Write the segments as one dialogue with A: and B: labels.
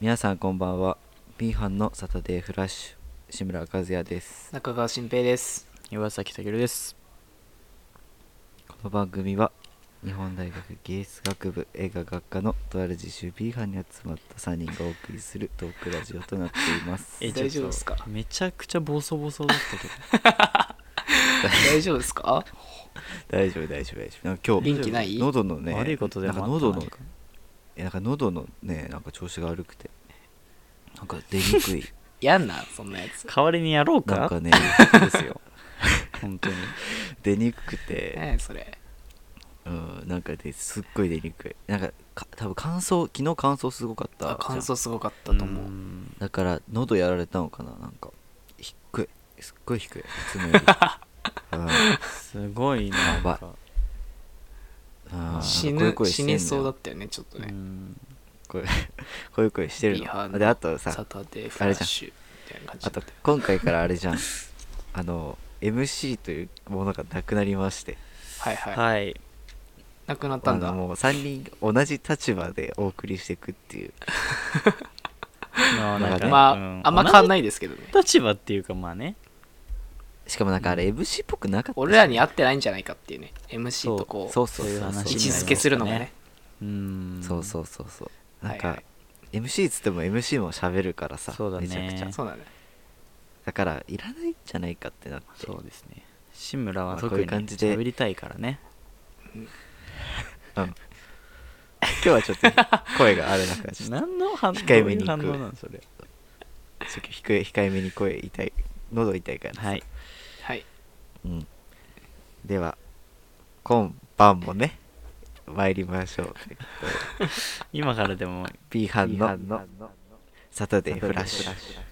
A: 皆さんこんばんは B 班のサタデーフラッシュ志村和也です
B: 中川新 平です
C: 岩崎武です。
A: この番組は日本大学芸術学部映画学科のとある自習 B 班に集まった3人がお送りするトークラジオとなっています
C: え
B: 大丈夫ですか
C: めちゃくちゃボソボソだったけ ど。
B: 大丈夫ですか
A: 大丈夫大丈夫大丈夫なんか今日
B: 元気ない
A: 喉のね
C: 悪いことで
A: なん
C: も
A: か
C: あった
A: 喉
C: な
A: の
C: なんか
A: えなんか喉のねなんか調子が悪くてなんか出にくい
B: やんなそんなやつ
C: 代わりにやろうか
A: なんかねですよ
C: 本当に。
A: 出にくくて、
B: 何それ
A: うん、なんかですっごい出にくいなんかか多分乾燥昨日乾燥すごかったじゃ
B: あ
A: ん
B: 感想すごかったと思う
C: うん
A: だから喉やられたのかななんか低いすっごい低いいつも よりうん
C: すごいな。
A: やばい
C: なんか
A: あーこ
B: 死
A: うい
B: ぬ
A: う声して
B: 死
A: んのよ
B: にそうだったよねちょっと
C: う
B: ね
C: ん
A: こういうこういう声してる
B: ビハ
A: の
B: の
A: であと
B: サ
A: さ
B: タデーフラッシュみたいな感じ
A: あと今回からあれじゃんあの MC というものがなくなりまして
B: はいはい
C: はい。
B: なくなった
A: あ
B: んだ
A: のもう3人同じ立場でお送りしていくっていう
C: まあなんかね
B: ま
C: うん
B: ああんま変わんないですけどね
C: 立場っていうかまあね。
A: しかもなんかあれ MC っぽくなかった
B: 俺らに合ってないんじゃないかっていうね MC とこ
A: そう
B: う
A: そうそう
C: そういう
A: そう
C: 話
B: 位
C: に
B: 置
C: なり
B: づけするのがね
C: うん。
A: そうそうそうそうなん
B: はいは
A: か
B: い
A: MC っつっても MC も喋るからさ
C: そうだね
A: めちゃくちゃ
B: そうだね
A: だからいらないんじゃないかってなって
C: そうですね。志村
A: ま
C: は
A: あこ
C: 特
A: ういう
C: に
A: 感じで
C: 喋りたいからね。
A: うん今日はちょ っと声があれなくなっちゃった
C: 何の反応
A: 控えめに
C: ど
A: 行
C: う
A: く
C: いう反応なんそれ。
A: ちょっと低い控えめに声痛い喉痛いからさ
C: はい。
B: はい
A: うん、では今晩もね参りましょう
C: 今からでも
A: B 班のサタデーフラッシュ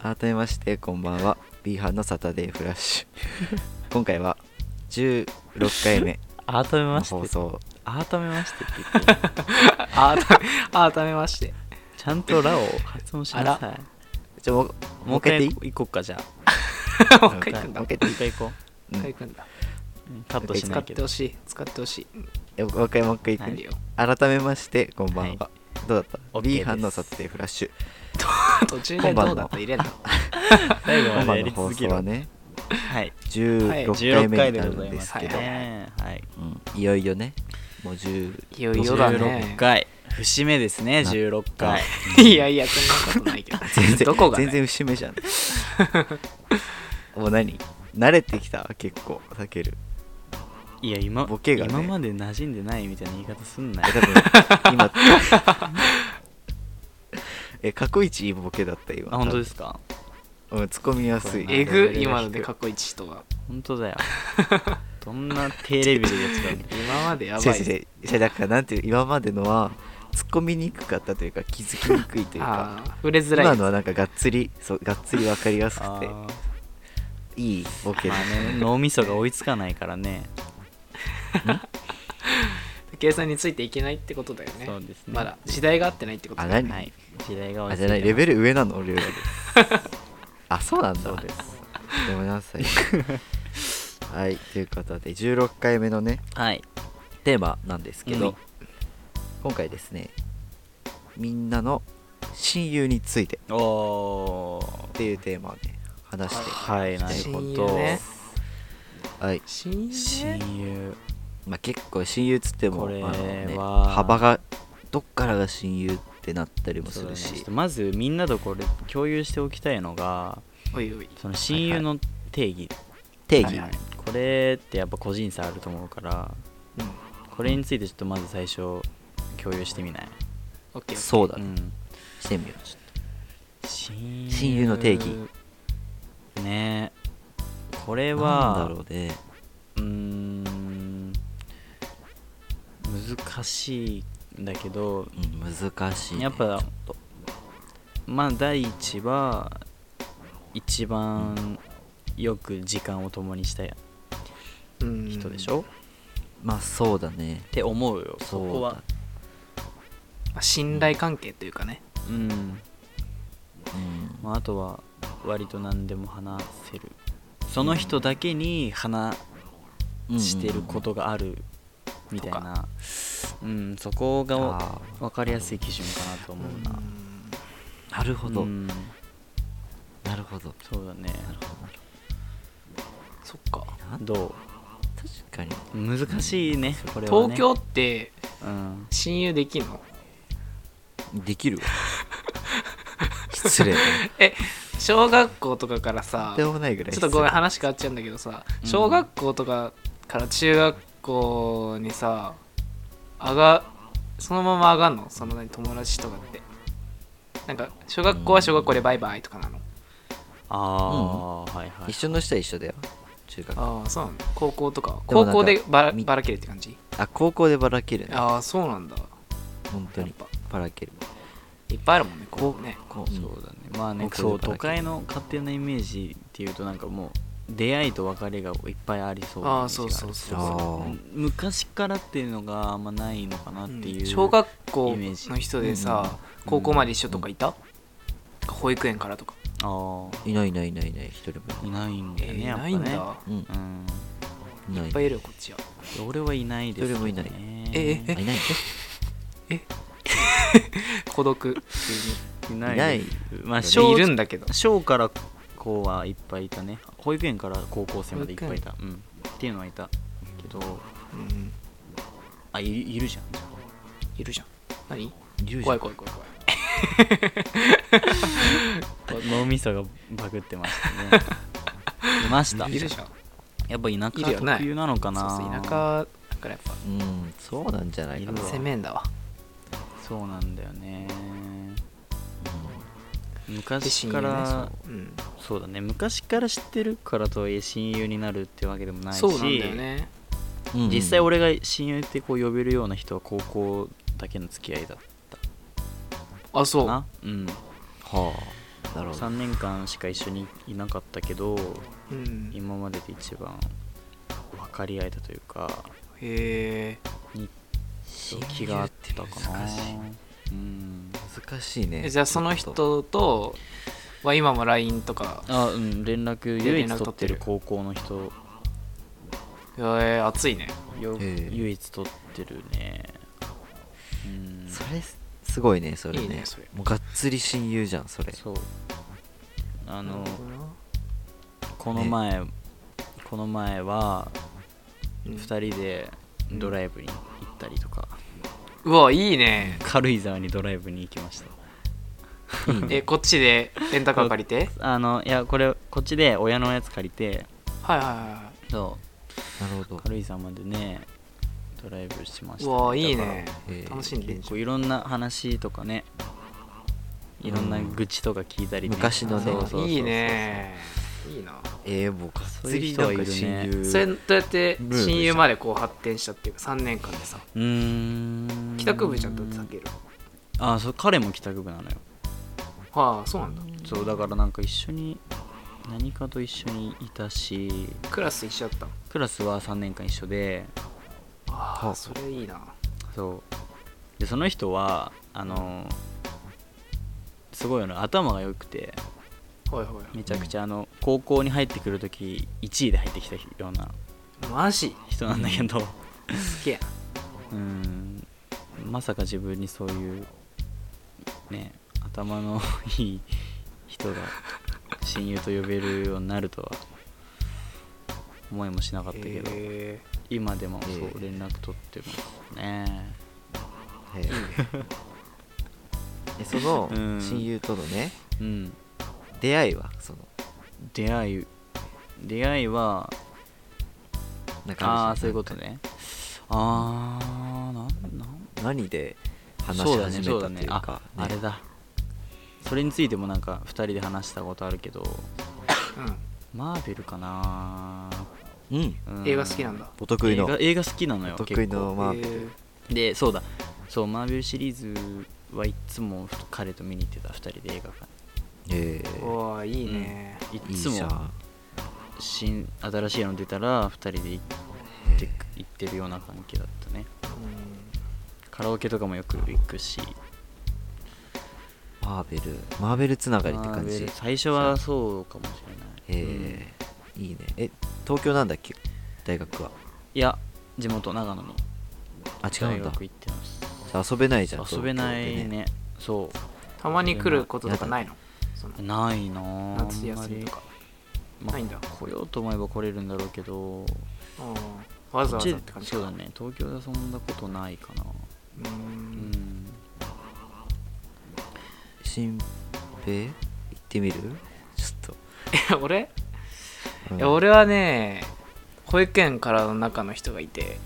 A: 改めましてこんばんは B 班のサタデーフラッシ ュ今回は16回目
C: 改め
A: の
C: まし
A: 放
C: て。
A: 送
C: 改めましてって言ってる。
B: ああ改めま して
C: ちゃんとラを発音しなさい。
A: ちょもうもう一回やっていい
C: 行こっかじゃあ。
B: もう一回行くんだ
A: も
B: も
A: う
B: う
A: 一回
C: 一回行こ
A: うん
B: 一回行くんだ
C: う。うんカットし
B: 使
C: な
B: っ
C: い
B: て
C: けど
B: ほ。しい使ってほしいうん
A: えもう一回もう一回いく、
C: はい
B: いいよ
A: 改めましてこんばんは、
C: は
A: どうだった
C: OK
A: B 班の
C: で
A: サ
C: す
A: タデーフラッシュ
B: 途中でどうだった入れんの
C: 最後ま
A: 今
C: で
A: 晩の
C: やり
A: 放
C: 続
A: 送
C: け
A: は
C: ろ。
A: ね
C: はい。
A: 16
B: 16
A: 回
C: 16
A: 目
C: 回
A: に
C: で
A: な
C: ご
A: る
C: ざ
A: ん
C: い
A: で
C: ますす
A: け
C: け
A: ど
C: ど。
B: はい
C: ねはい。
A: うんいよいよねもう10
B: いよいよだね
C: 16回。節目ですね、
A: な
C: 16回。
B: いやいやそんなことないけど
A: 全然
B: どこが、ね、
A: 全然節目じゃん もう何慣れてきた結構避ける
C: いや、今
A: ボケがね
C: 今まで馴染んでないみたいな言い方すんな
A: え
C: よ。
A: 多分今え過去一いいボケだった今
C: あ、本当ですか
A: うんツッコみやすい
B: えぐ今ので過去一とは
C: 本当だよ。どんな低レベルでやつだ
B: 今までや
A: 違う
B: ばい
A: 違う違うだからなんていう今までのはツッコみにくかったというか気づきにくいという
B: あ
A: か
B: あ触れづらい
A: 今のはなんかがっつりそうがっつり分かりやす
C: あ
A: くて
C: ーま
A: いいボケで
C: あ
A: す
C: ね、脳みそが追いつかないからね。
B: 計算についていけないってことだよね
C: そうですね
B: まだ時代が合ってないってこと
A: あ
B: だ
A: 何、
C: はい。時代が追
A: あ
C: いつ
A: じゃないレベル上なの俺よりあそうなんだ
C: そう
A: ご
C: です。
A: めんなさいはいということで16回目のね
C: はい。
A: テーマなんですけど、
C: うん
A: 今回ですねみんなの親友について
C: おー
A: っ。ていうテーマをね話して
C: はい、なるほど。
B: 親友ね
A: はい、
B: 親友ね
C: 親友。
A: まあ、結構親友っつっても
C: これ
A: あ
C: は
A: のね、幅がどっからが親友ってなったりもする
C: そうだねちょ
A: し
C: っとまずみんなとこれ共有しておきたいのが
B: おいおい
C: その親友の定義、
A: 定義、
B: はいはい
C: これってやっぱ個人差あると思うから
B: うん
C: これについてちょっとまず最初共有してみない、
B: オッケー
A: そうだ
C: う
A: ね、
C: ん、
A: してみようちょっ
C: 親
A: 親友の定義
C: ねえこれ
A: となん
C: は
A: だろうね
C: うーん難しいんだけど
A: うん難しいね、
C: やっぱまあ第一は一番よく時間を共にしたい
B: うん
C: 人でしょ、っ
A: まあそうだね
C: て思うよそ
A: そう
C: こ
A: だ
C: は
B: まあ信頼関係というかね
C: うん
A: うん
C: まあ、あとは割と何でも話せるその人だけに話してることがあるみたいな、うんそこが
A: あ
C: 分かりやすい基準かなと思うな、
A: ーなるほど、
C: うん
A: なるほど
C: そうだね
B: そっか
C: ど
A: 確かに
C: う難しいねこれはね
B: 東京って
C: うん
B: 親友できんの
A: できるわ 失 礼だね
B: え小学校とかからさ
A: とんでもないぐらい
B: ちょっとごめん
A: 失
B: 話変わっちゃうんだけどさ
C: うん
B: 小学校とかから中学校にさ上がそのまま上がんのその何友達とかってなんか小学校は小学校でバイバイとかなの、
C: ああ、はいは
A: 礼
C: い
A: 一緒の人は一緒だよ中学
B: ああそうなの高校とかは
A: でも
B: 高
A: なんか
B: 校でばら
A: み
B: ばらけるって感じ
A: あ高校でばらけるね
B: ああそうなんだ
A: 本当
B: や
A: に
B: っぱ
A: ばらける
B: いっぱいあるもんね高校ね
A: こう
C: そうだねまあね
A: 僕
C: そう
A: だから
C: 都会の勝手なイメージっていうとなんかもう出会いと別れがいっぱいありそうなイメージが
B: あ
C: あ
B: あそうそうそう
A: あ
B: そ
A: ー
C: る昔からっていうのがあんまないのかなっ
B: う、
C: ていう、
B: うん小学校の人で
A: イメー
B: さ
A: ジ
B: 高校まで一緒とかいた、保育園からとか、
C: ああ
A: いないいないいないいない一人も
C: いないん
B: え
C: だよね、
B: ー
C: やっぱ
B: な
C: ね
B: いんだ、
A: うん
C: うん
A: いないい
B: っぱいいるよこっちは
C: 俺はいないです、ね、
A: 俺もいない
B: え
A: あいない
B: 孤独
C: いない
A: いない
C: まあ
B: い
C: 小
B: るんだけど
C: 小から高はいっぱいいたね保育園から高校生までいっぱいいた、うん、っていうのはいたけど
B: うん
C: あいいるじゃんじゃ
B: いるじゃん何
A: 言うじゃん
B: 怖い怖い怖い怖い
C: あ 脳みそがバグってましたねいました
B: いるじゃん
C: やっぱ田
B: い
C: 舎
B: るよね
C: 特有なのかな
B: そうそう田舎だからやっぱ
A: うんそうなんじゃないか
C: い
A: な
C: るわ
B: 攻めんだわ
C: そうなんだよね
A: う
C: 昔から
B: で親友ね
C: そうだね昔から知ってるからとはいえ親友になるってわけでもないし
B: そううんそうなんだよね
A: んうん
C: 実際俺が親友ってこう呼べるような人は高校だけの付き合いだっ
B: あ
C: た
B: そう
C: なうん
A: はあなるほど
C: 3年間しか一緒にいなかったけど
B: うんへ
C: 今までで一番分かり合えたというか
B: え
C: そう気が合ってたかな
A: 難しい
C: うん
A: 難しいね
B: じゃあその人とは今も LINE とか
C: あうん連絡
B: で
C: 唯
B: 連
C: 一
B: 絡
C: 取って
B: 取って
C: る
B: る
C: 高校の人
B: えー、熱いね
C: よ
A: ええ
C: 唯一取ってるねうん
A: それすごいねそれ
B: いい
A: ね
B: ねそれ
A: もうがっつり親友じゃんそれ
C: そうあ
B: あ
C: のこの前この前は2人でドライブに行ったりとか
B: うわいいね
C: 軽井沢にドライブに行きました
A: いいね
B: えこっちでレンタカー借りて
C: あのいやこれこっちで親のやつ借りて
B: はいはいは
C: そ
A: なるほ
C: う
A: ど
C: 軽井沢までねドライブしまし
B: い
C: た
B: う
C: ね、
B: わいい
C: だから
B: ね
A: えー
B: 楽しんでん
C: 結
B: じゃ
C: 構いろんな話とかねいろんな愚痴とか聞いたり、ね
A: 昔のね
C: そうそうそ
B: ん
C: うそう
B: いいねいいな
A: えーもうがっ
C: そう
A: つ
C: いう
A: り
C: 人
A: な
C: は
A: ん
C: いる
A: か
C: ね
A: 親友
B: それどうやって
A: ルールじゃん
B: 親友までこう発展したっていうか3年間でさ
C: うーん
B: 帰宅部ちゃんと避ける
C: あそう彼も帰宅部なのよ
B: はあそうなんだ
C: そうだからなんか一緒に何かと一緒にいたし
B: クラス一緒だったの
C: クラスは3年間一緒で
B: あ
A: は
B: あ
A: あ
B: それいいな
C: そうでその人はあのすごいの頭が良くて
B: ほいほ
C: めちゃくちゃあの高校に入ってくるとき1位で入ってきたようない
B: マジ
C: 人なんだけど
B: すげえ
C: うんまさか自分にそういうね頭のいい人が親友と呼べるようになるとは思いもしなかったけど、
B: え
C: 今でもそう
A: えー
C: 連絡取ってますね、
A: えー えその
C: うん
A: 親友とのね
C: うん
A: 出会いはその
C: 出会い出会いは
A: なんかるじゃん
C: ああーそういうことねああなんなん
A: 何で話
C: そ
A: し
C: うだ
A: 始
C: ね
A: め
C: そう
A: た
C: だ
A: ってい
C: ね
A: うか
C: ああ
A: ね
C: れだそれについてもなんか2人で話したことあるけどマーベルかな、
A: うん
C: う
B: うんん映画好きなんだ
A: お得意
C: 映
A: の
C: 画映画好きなのよ
A: お得意
C: 結構
A: のまあ
B: えー
C: でそうだそうマーベルシリーズはいつも彼と見に行ってた2人で映画館
A: えー
B: おーいいね
C: い
A: いい
C: つ
A: じゃ
C: も
A: ん
C: 新新しいの出たら2人で行っ
A: え
C: て
A: ー
C: く行ってるような関係だったね
B: うん
C: カラオケとかもよく行くし
A: マーベルマーベルつながりって感
C: マーベ
A: じ
C: ル最初はそうかもしれない、
A: えーいいねえ東京なんだっけ大学は
C: うんいや地元長野の
A: あ違うん
C: 大
A: だ
C: 学行ってます
A: じゃあ遊べないじゃん
C: 遊べない
A: 東京
C: ね
A: で
C: そ
B: たまに来ることとかないのその
C: うないなぁ
B: 夏休みとか、
C: あんま
B: ない
C: り
B: んだ
C: まあ来ようと思えば来れるんだろうけど
B: うんわざわざっ
C: こ
B: て
C: っ
B: 感
C: ち
B: じ
C: そう
B: か
C: だね東京で遊んだことないかな
B: うー
C: うんん
A: 新平行ってみるちょっ
B: いや 俺、
A: と、うん
B: いや俺はね保育園からの中の人がいて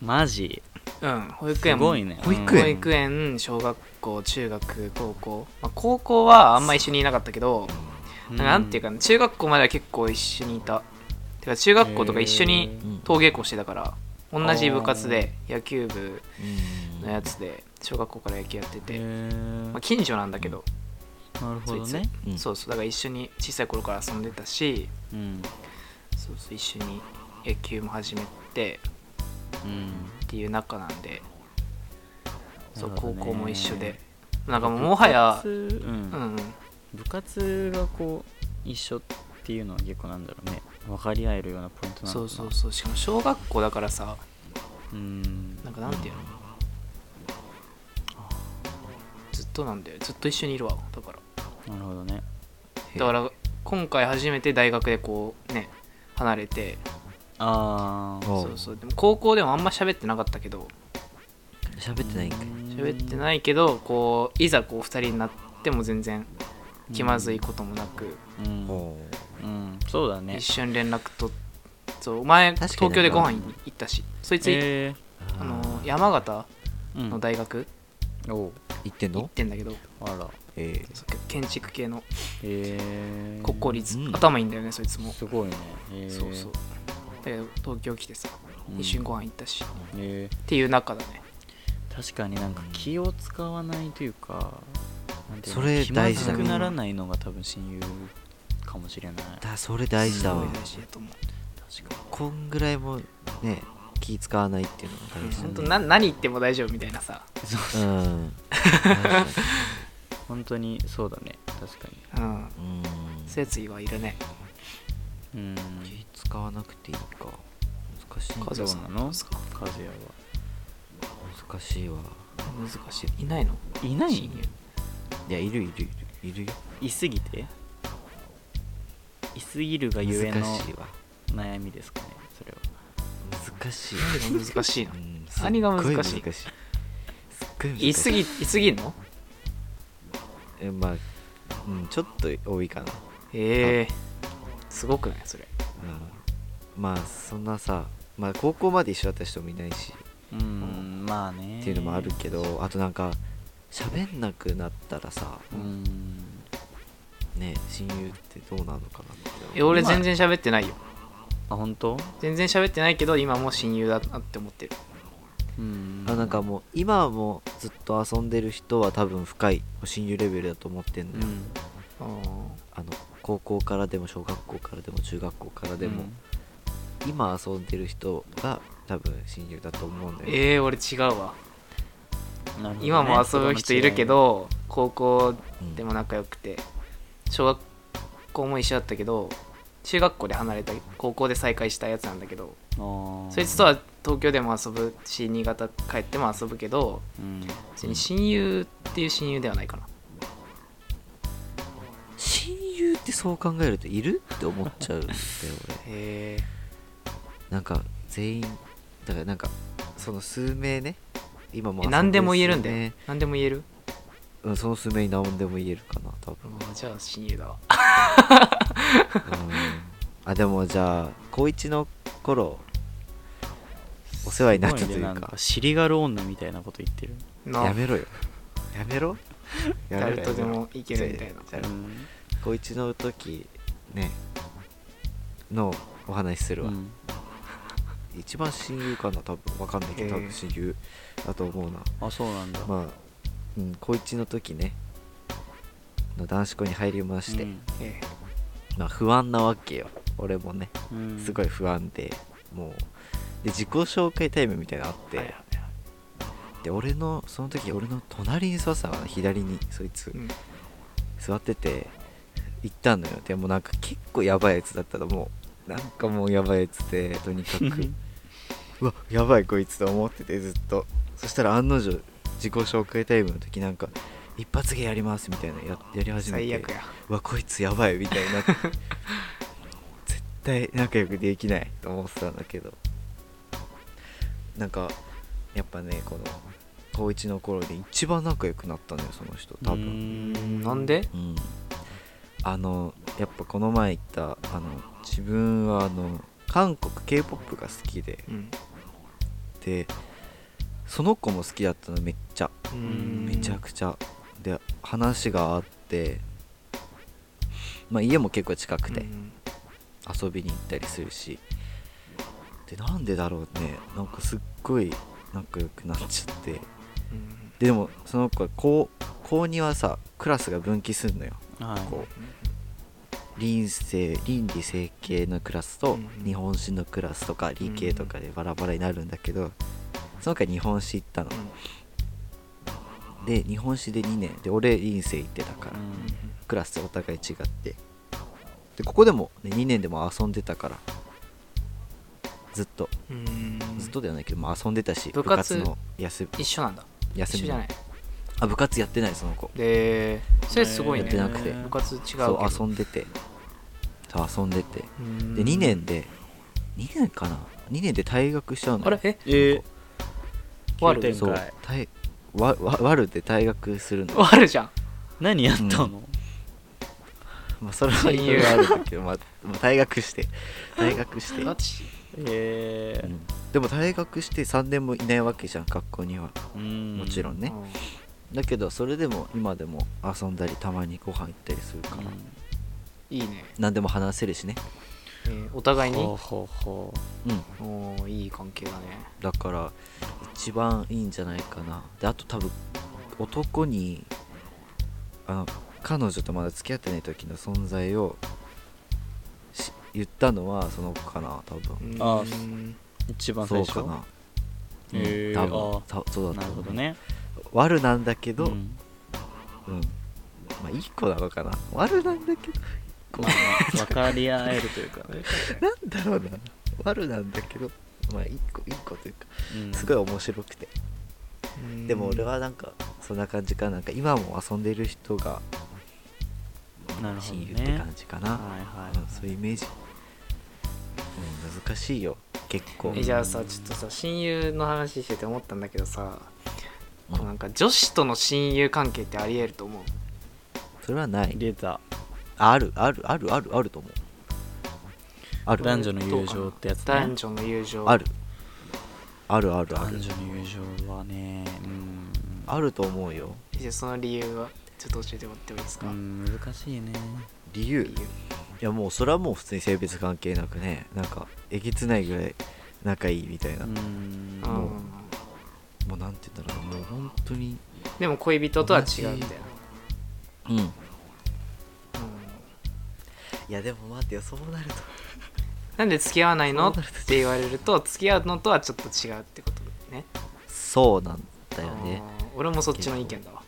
C: マジ
B: うん保育
C: す
B: 園
C: ごいね
A: 保育園
B: 保育園小学校中学高校、まあ、高校はあんま一緒にいなかったけど、なんていうかな中学校までは結構一緒にいたてか中学校とか一緒に
A: うん
B: 登下校してたから同じ部活
C: あ
B: で野球部
A: うん
B: のやつで小学校から野球やってて、
C: へー
B: まあ、近所なんだけど、
C: なるほどね
A: うん
B: そうそうだから一緒に小さい頃から遊んでたし
C: うん
B: そうそう一緒に野球も始めて
C: うん
B: っていう仲なんでそう
C: なるほ
B: 高
C: どね
B: 校も一緒でなんかもうもはや
C: 部活、う
B: うんん、
C: 部活がこう一緒っていうのは結構なんだろうね分かり合えるようなポイントなのか
B: そ
C: な
B: うそうそうしかも小学校だからさ
C: うん
B: なんかなんていうのずっとなんだよずっと一緒にいるわだから
C: なるほどね
A: へ
B: だから今回初めて大学でこうね離れて
C: ああ
A: お
B: そうそうでも高校でもあんま喋ってなかったけど
A: 喋ってないんかい
B: 喋って
C: い
B: ないけどこういざこう2人になっても全然気まずいこともなく、
C: うん、うん
A: お
C: そうだね
B: 一緒に連絡とそうお前
A: 確
B: 東
A: かに
B: 京でご飯行ったしそいつ、
C: え
A: ー
B: あの山形
C: ー、
B: の大学
C: うんおう
A: 行ってん
B: 行っ
A: の
B: てんだけど、
C: あら
A: え
B: そう建築系の
C: えー、
B: 国公立、
A: うん
B: 頭いいんだよねそいつも、
C: すごいね、えー、
B: そうそうだけど東京来てさ
C: うん
B: 一緒にご飯行ったし、っ
C: え
B: ていう仲だね
C: ー、確かになんか気を使わないというかなんていうの
A: それ
C: 気ま
A: 大事
C: ず
A: だね
C: くならないのが多分親友かもしれない
A: ーだそれ大事だわ
B: すごい大事だと思う
C: 確か
A: こんぐらいもね気使わないっていうのが大事
B: 本当
A: だね
B: な何言っても大丈夫みたいなさ、
C: にそう
A: う
C: そうん
A: 確か
C: 本当にそうだね確か
B: うん、
A: に うん
B: 節意はいるね
C: にうん
A: 気使わなくていいか難しい
B: 和
C: ど
B: 也
C: う
B: さん
C: な
B: どう
C: の
B: ですか
C: 和也は
A: 難しいわ
B: 難しいいないの
C: いない
B: 親友
A: いやいるいるいるいるよ
C: いすぎていすぎるがゆえ
A: 難
C: の
A: しいわ
C: 悩みですかねそれは
A: 難しい
B: 何が難 しいの
A: うん
B: 何が難しい
A: すっご難しいすっごい難しい
B: 言い過ぎ言い過ぎんの
A: えまあ、うん、ちょっと多いかな、
B: ええすごくないそれ
A: うん、まあそんなさ、まあ、高校まで一緒だった人もいないし
C: うんまあね
A: っていうのもあるけどあとなんか喋んなくなったらさ
C: うん
A: ね親友ってどうなのかなって
B: え俺
C: 今
B: 全然喋ってないよ
C: あ本当
B: 全然喋ってないけど今もう親友だなって思ってる
C: うん
A: あなんかもう今もずっと遊んでる人は多分深い親友レベルだと思ってんの
C: う
A: よ、
C: ん
B: あー
A: あの高校からでも小学校からでも中学校からでも、今遊んでる人が多分親友だと思うんだよね、
B: ええ俺違うわ
C: うんなるほどね
B: 今も遊ぶ人いるけど高校
A: うん
B: でも仲良くて小学校も一緒だったけど中学校で離れた高校で再会したやつなんだけど
C: あー
B: そいつとは東京でも遊ぶし新潟帰っても遊ぶけど
C: うん
B: 別に親友っていう親友ではないかな
A: 親友ってそう考えるといるって思っちゃうんだよ 俺
B: へ
A: なんか全員だからなんかその数名ね今も
B: え何でも言えるんだ
A: 遊で
B: よ
A: る
B: 何でも言え
A: 数
B: る
A: 名うんその数名に何でも言えるかな多分
B: うんじゃあ親友だわ
A: うんあでもじゃあ高一の頃お世話になったという
C: すごね
A: か
C: なんか尻がる女みたいなこと言ってる
B: な
A: やめろよやめろやめろ
B: 誰とで
A: やめろ
B: もいけるみたいな
A: じゃあ
C: ん
A: 高一の時ねのお話しするわ、
C: うん
A: 一番親友かな多分わかんないけど多
B: へえ
A: 分親友だと思うな
C: あそうなんだ
A: まあ、うん、高1の時ねの男子校に入りまして、
C: うん
B: え
A: まあ不安なわけよ俺もね
C: うん
A: すごい不安でもうで自己紹介タイムみたいなのあっ
B: え
A: て、で俺のその時俺の隣に座ってたのかな左にそいつ、
B: うん
A: 座ってて行ったのよでもなんか結構やばいやつだったらもうなんかもうやばいやつでとにかくうわやばいこいつと思っててずっとそしたら案の定自己紹介タイムの時なんか一発芸やりますみたいなややり始めて
B: 最悪や
A: うわこいつやばいみたいになっ て絶対仲良くできないと思ってたんだけどなんかやっぱねこの高1の頃で一番仲良くなったんだよその人多分
C: う
B: うんなんで
A: うんあのやっぱこの前言ったあの自分はあの韓国 k p o p が好きで
B: うん
A: でその子も好きだったのめっちゃ
B: うん
A: めちゃくちゃで話があってまあ家も結構近くて
B: うん
A: 遊びに行ったりするしでなんでだろうねなんかすっごい仲良くなっちゃって
B: うん
A: ででもその子は高高2はさクラスが分岐すんのよ
C: はい
A: こう倫生倫理整形のクラスと
B: うんうん
A: 日本史のクラスとか理系とかでバラバラになるんだけどその回日本史行ったの
B: うん
A: で日本史で2年で俺臨生行ってたから
C: うん
A: クラスお互い違ってでここでも、ね、2年でも遊んでたからずっと
B: うん
A: ずっとではないけど、まあ、遊んでたし
B: 部
A: 部
B: 活
A: 活の休
B: 一緒なんだ
A: 休
B: 一緒
A: み
B: じゃない
A: あ部活やってないその子
B: でそれすごいね
A: やってなくて
B: 部活違うけ
A: そ
B: ど
A: う遊んでてそう遊んでて
B: うん
A: で2年で2年かな2年で退学しちゃうの
B: あれえ
C: えー、
B: ワル
C: 急
A: そう
C: 展開
A: 退わわワルで退学するの
B: あるじゃん
C: 何やったの、
A: まあそれはいろいろあるんだけど、まあ、まあ退学して退学して、
B: ガチ
C: え
A: う
C: ー
A: んでも退学して3年もいないわけじゃん学校には
C: うん
A: もちろんね、だけどそれでも今でも遊んだりたまにご飯行ったりする
C: う
A: から、
C: ん
B: いいね
A: 何でも話せるしね
B: えーお互いに
C: ほう
B: お
C: ほうほ
A: うん
B: ーいい関係だね
A: だから一番いいんじゃないかなであと多分男にあの彼女とまだ付き合ってない時の存在をし言ったのはその子かな多分
B: うん
C: あう一番最
A: そう
C: 初
A: かな、うん
C: へー
A: 多
C: あ
A: 分たそうだ
C: な
A: と
C: る
A: 思
C: ほ
A: う
C: どね
A: 悪なんだけど、う
C: うんん
A: まあいい子なのかな悪なんだけど
C: まあ、分かり合えるというか、
A: なんだろうな悪なんだけどまあいい子いい子というか
C: う ん
A: すごい面白くて
B: うん
A: でも俺はなんかそんな感じかななんか今も遊んでる人が
C: なるほど
A: 親友って
C: ね
A: 感じかな、
C: はいは
A: うんそういうイメージ、うん、難しいよ結構
B: えじゃあさちょっとさ親友の話してて思ったんだけどさ
A: うん
B: こうなんか女子との親友関係ってありえると思う
A: それはない
C: い出た
A: ああるあるあるあるあると思うある
C: 男女の友情ってやつね
B: 男女の友情
A: あるあるあるあ
C: 男
A: る
C: 女の友情はねうん
A: あると思うよ
B: じゃあその理由はちょっと教えてもらってもいいです
C: う
B: か、
C: ん難しいね
A: 理由
B: 理由
A: いやもうそれはもう普通に性別関係なくねなんかえげつないぐらい仲いいみたいな、
C: う
A: も
C: ん
B: う
A: もうんうなんて言うんだろうもう本当に
B: でも恋人とは違うんだよ
A: う
B: な
A: んいやでも待ってよそうなると
B: なんで付き合わないのっ
A: そ
B: て
A: うなると
B: 言われると付き合うのとはちょっと違うってことね
A: そうなんだよね
B: あー俺もそっちの意見だわ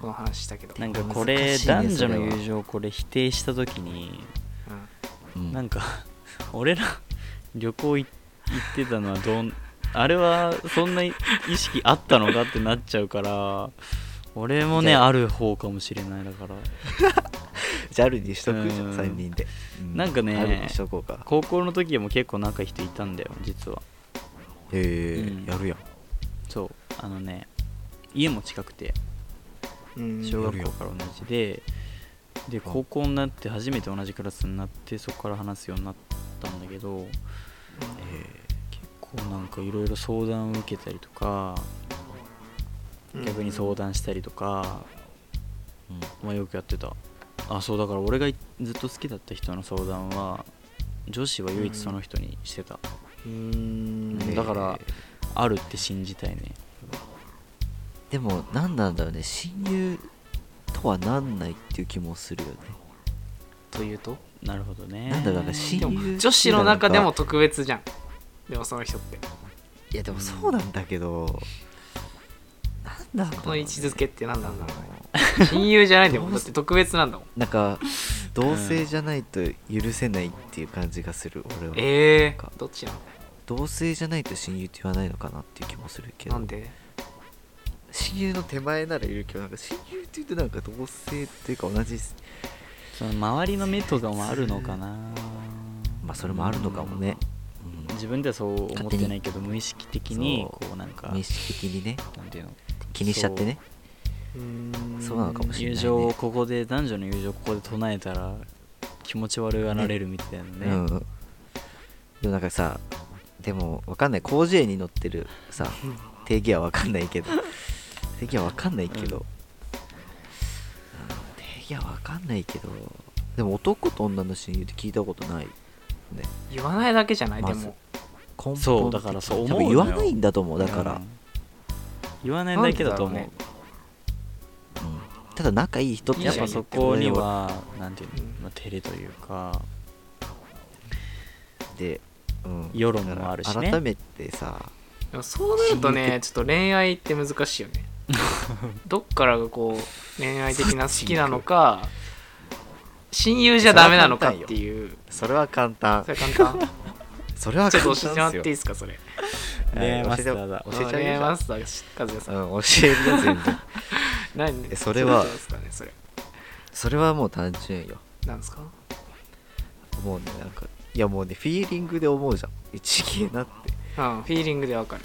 B: この話したけど
C: なんかこれ
A: 難しいね
C: 男女の
A: それは
C: 友情これ否定した時に
B: うん
A: うん
C: なんか 俺ら旅行い行ってたのはどんあれはそんな意識あったのかってなっちゃうから俺も
A: い
C: ね
A: や
C: ある方かもしれないだから
A: ジャルにしとくじゃ
C: うんん
A: 3人で、う
C: なんかね
A: ジャルにしとこうか
C: 高校の時も結構仲いい人いたんだよ実は
A: へえ、
C: うん
A: やるやん
C: そうあのね家も近くて
B: うん
C: 小学校から同じでで高校になって初めて同じクラスになってそこから話すようになったんだけど結構なんかいろいろ相談を受けたりとか
B: うん
C: 逆に相談したりとか、
A: うん
C: まあ、よくやってたあそうだから俺がいずっと好きだった人の相談は女子は唯一その人にしてた、
B: うん
C: だからあるって信じたいね
A: でも何なんだろうね親友とはなんないっていう気もするよね、
B: というと
C: なるほどね
A: なんだろうなんか親
B: で
A: 友
B: も女子の中でも特別じゃんでもその人って
A: いやでもそうなんだけど、なんなんだろうね
B: この位置づけって何なんだろうね親友じゃないんだもんだって特別なんだもん
A: なんか同性じゃないと許せないっていう感じがする俺は、
B: ええー、どっちなの
A: 同性じゃないと親友って言わないのかなっていう気もするけど
B: なんで
A: 親友の手前ならいるけどなんか親友って言ってなんか同性っていうか同じ
C: その周りの目とかもあるのかな
A: まあそれもあるのかもね、
C: うん
A: うん
C: 自分ではそう思ってないけど無意識的に
A: そう
C: こうなんか
A: 無意識的にね
C: なんていうの
A: 気にしちゃってね
B: うーん
A: そうなのかもしれない
C: 友情をここで男女の友情をここで唱えたら気持ち悪がられるみたいなね
A: うんでもなんかさでもわかんない広辞苑に載ってるさ定義はわかんないけ ど定義はわかんないけど、
C: うん
A: 定義はわかんないけどでも男と女の親友って聞いたことないね
B: 言わないだけじゃない、
A: まず
B: でも
A: 根本的に
C: そうだからそう思
A: 多
C: うの
A: 分
C: よ
A: 言わないんだと思うだから、
C: うん言わないだけだと思う
B: なんでだ
A: うんただ仲いい人って
C: やっ
B: いい
C: ぱ
B: じゃん
C: そこにはなんていうの
B: うん、
C: まあ、照れというか
A: で、うん、
C: 世論もあるしね
A: だから改めてさ
B: でもそうなるとねちょっと恋愛って難しいよね どっからがこう恋愛的な好きなのか親友じゃダメなのかっていう
A: それは簡単
B: それ簡単
A: それは
B: ちょっ
A: 簡単ですよ
B: と教えてもらっていいですかそれ
C: 恋愛
A: えー
C: マスターだ
A: 教えて教えてあげる
B: 恋
A: よ
B: 愛マスター和也さん
A: うん、教えるよ全部
B: 何
A: えそれは
B: どうですかねそれ
A: それはもう単純よ
B: なんですか
A: もうねなんかいやもうねフィーリングで思うじゃん一芸なって
B: うんフィーリングでわかる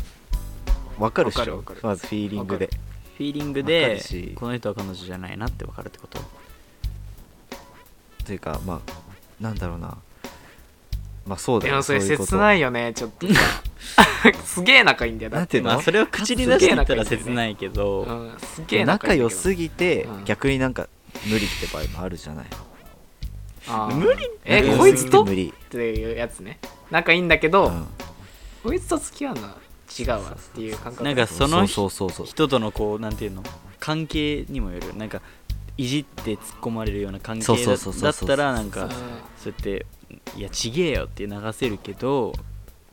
A: わかるっし
B: わかる
A: ょ
B: わかる
A: まずフィーリングで
B: わ
C: フィーリング
A: わかる
C: で
A: し
C: この人は彼女じゃないなって分かるってこと
A: というかまあなんだろうなまあそうだ
B: で
A: よ
B: もそれ
A: ういうこと
B: 切ないよねちょっ とさすげえ仲いいんだよだ
A: な
B: っ
A: ん
B: て
A: ていうの、
C: まあそれを口に出して言ったら切ないけど
B: うんすげえ
A: 仲
B: いんだ
A: 良
B: けど
A: すぎて、
B: うん
A: 逆になんか無理って場合もあるじゃない
B: あー
C: 無理
B: え
A: 仲
B: こい
A: 良す
B: つ
A: ぎて
B: とっ
A: 無理、
B: ていうやつね仲いいんだけど、
A: うん
B: こいつと付き合うのは違うわっていう感覚
C: なんかその
A: そうそうそうそう
C: 人とのこうなんていうの関係にもよるなんかいじって突っ込まれるような関係
A: そうそうそうそう
C: だだ
A: そう
C: ったらなん
B: う
C: か
B: ん
C: そうやって「いやちげえよ」って流せるけど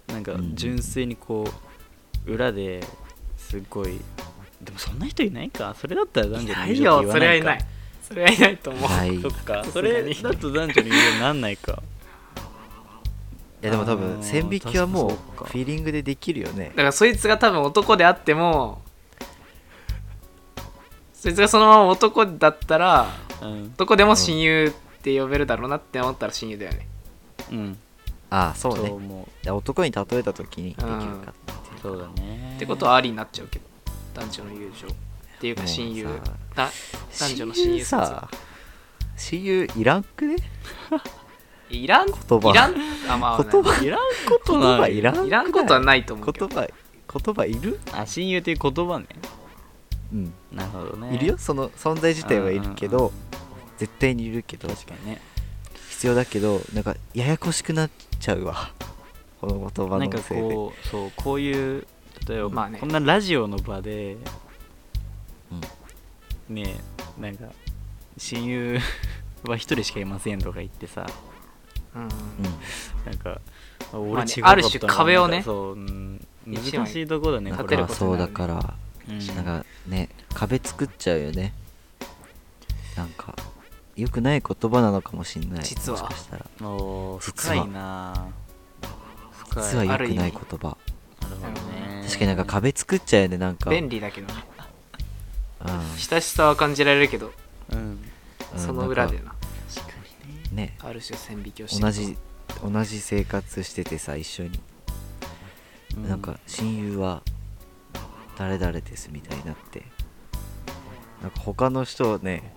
C: なんか
A: うん
C: 純粋にこう裏ですっごいでもそんな人いないかそれだったら男
B: い
C: 女の
B: な
C: 友
B: い
C: 情って
B: よ
C: 言
B: そ
C: わ
B: れ
C: な
B: はい
C: いか
B: ないそれはいないと思う、
A: ないい
C: そっか
B: さすが
C: それ
B: に
C: だと男女の友情になんない か
A: やでも多分
C: あー
A: 線引きはもう
C: 確かにそうか
A: フィーリングでできるよね
B: だからそいつが多分男であってもそいつがそのまま男だったら
C: うん
B: 男でも親友って呼べるだろうなって思ったら親友だよね
C: うん
A: ああそうね
C: そう思う
A: で男に例えた時にできるか
C: そうだね
B: ってことはありになっちゃうけど男女の友情っていうか親友
A: もうさ
B: だ男女の親友
A: さ親友いらんくね
B: いらん言
A: 葉
B: いらんあまあ
A: 言葉
C: いらんこと
A: 言
C: な
A: 葉
C: い
A: いらんくない
B: いらんことはないと思うけど
A: 言葉言葉いる
C: あ親友っていう言葉ね
A: うん
C: なるほどね
A: いるよその存在自体はいるけ
C: うんうん
A: ど絶対にいるけど
C: 確かにね
A: 必要だけどなんかややこしくなっちゃうわこの言葉
C: なん
A: の
C: か
A: せいで
C: こうそうこういう例えば、
B: まあね
C: こんなラジオの場で
A: うん
C: ねなんか親友は一人しかいませんとか言ってさ
B: うん
C: なんかあ
B: ま
C: 俺
B: あね
C: 違うかったな
B: ある種壁をね
C: そう、うん
B: 一枚
C: 難しいとこだね
A: うん
B: 立
C: こ
B: てる
C: れ
A: ま
C: は
A: あ
B: こ
A: そ
B: と
A: う
B: に
A: だ
B: なるね
A: から
C: うん
A: なんかね壁作っちゃうよねなんか良くない言葉なのかもしんない
B: 実は
A: もしかしたら
C: もう
A: 実は
C: 深いな深い
A: 実は
B: よ
A: 良
C: な
A: くない言葉
C: るほどね
A: 確かになんか壁作っちゃうよねなんか
B: 便利だけどね
A: う
B: 親しさは感じられるけど
C: うん
A: ん
B: その裏で
A: うん
B: な
C: 確かにね
A: なんかね
B: ある種線引きをして
A: 同じ同じ生活しててさ一緒に、
C: う
A: なんか親友は誰々ですみたいになってなんか他の人ね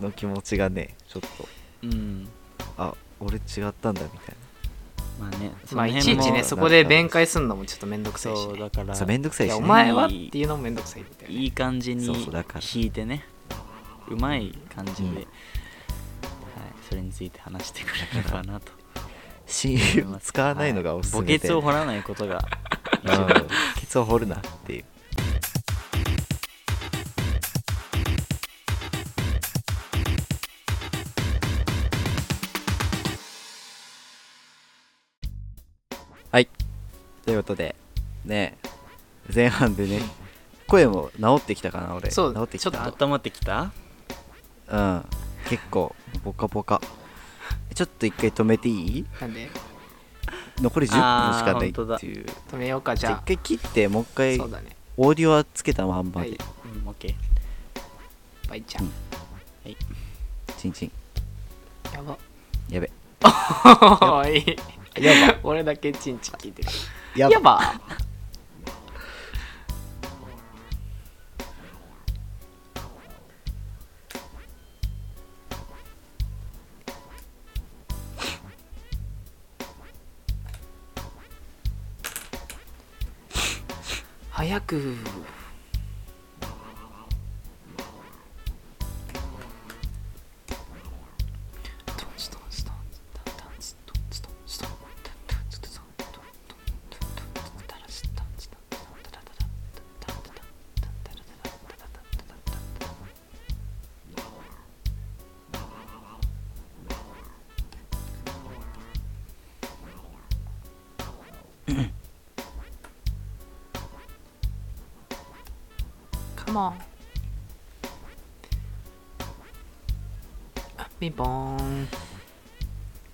A: の気持ちがねちょっと
C: うん
A: あ俺違ったんだみたい
C: まあね
B: まあい
C: の辺も
B: ちいちねそこで弁解すんのもちょっとめんどくさいし
C: そう
B: ね
C: だか
A: な
C: ら
A: そうめんどくさい
B: いや
A: し
B: お
A: ね
B: 前はっていうのもめんどくさいみたいなね
C: いい感じに
A: そうそうだから
C: 弾いてねうまい感じで、
A: うん
C: はい、それについて話してくれればなと
A: 親友を使わないのがおすす
C: はい
A: め
C: 墓
A: で、
C: 穴を掘らないことが 一
A: うん
C: 番
A: 墓穴を掘るなっていうはいということでね前半でね声も治ってきたかな俺
B: そう
A: 治ってき
B: ちょ
A: た
B: っ
C: 温まってきた
A: うん結構ポカポカちょっと一回止めていい
B: なんで
A: 残り10分しかない
C: あー本当だ
A: っていう
B: 止めようかじ
A: じゃあ
B: ゃ
A: 一回切ってもう一
B: あ
A: 回
B: そうだね
A: オーディオはつけたまんま
B: は
A: で、
B: い
C: うん、オッケー。
B: バイちゃん
A: チンチン
B: やば
A: やべ
B: おいやば 俺だけチンチン聞いてる
A: や
B: やば早くトンチトンチトンチトンチトンチトンチトンチトンチトンチトンカモンピンポーン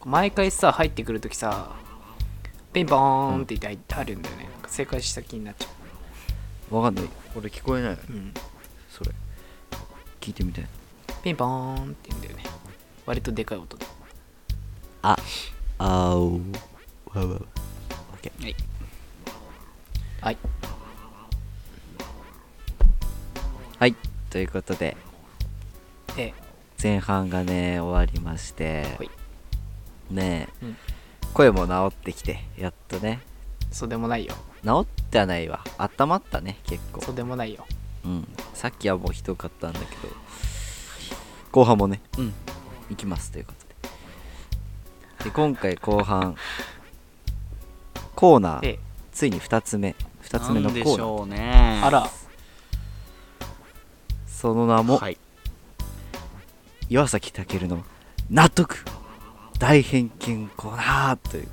B: 毎回さ入ってくるときさピンポーンって言って入るんだよね。なんか正解した気になっちゃ。
A: わかんない俺聞こえないう
B: うん。
A: それ聞いてみたい
B: ピンポーンって言うんだよね。割とでかい音で。
A: あおわわわ
B: はい。
A: はいということで
B: で、
A: 前半がね終わりまして
B: はい
A: ねえ、
B: うん
A: 声も治ってきてやっとね
B: そうでもないよ。
A: 治ってはないわ温まったね結構
B: そうでもないよ。
A: うんさっきはもうひどかったんだけど後半もね
C: うん。
A: いきますということでで今回後半コーナー
B: で、
A: ついに2つ目2つ目の
C: なん
A: コー
C: で
A: ナ
C: し
A: ー
C: ょうね。
B: あら、
A: その名も
C: はい。
A: 岩崎健の納得大偏見コーナーという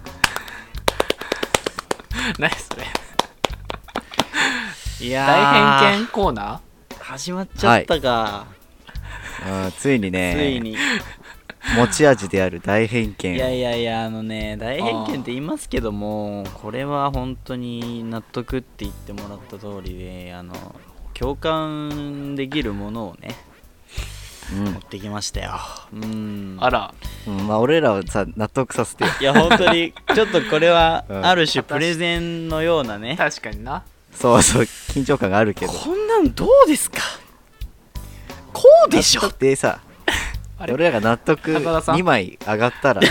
B: 何それ。
C: いや
B: 大
C: 見
B: 偏見コーナ
C: 始まっちゃったか。
A: うんついにね
C: ついに。
A: 持ち味である大偏見
C: いやいやいやあのね大偏見って言いますけどもこれは本当に納得って言ってもらった通りであの共感できるものをね持ってきましたようん
B: ーあら、
A: うん、うんまあ俺らをさ納得さ せてよ
C: いや本当にちょっとこれは
A: うん
C: ある種プレゼンのようなね
B: 確かにな。
A: そうそう緊張感があるけど
C: こんなんどうですかこうでしょ
A: 納得でさ
B: あれ
A: 俺らが納得
B: 高田さん
A: 2枚上が ったら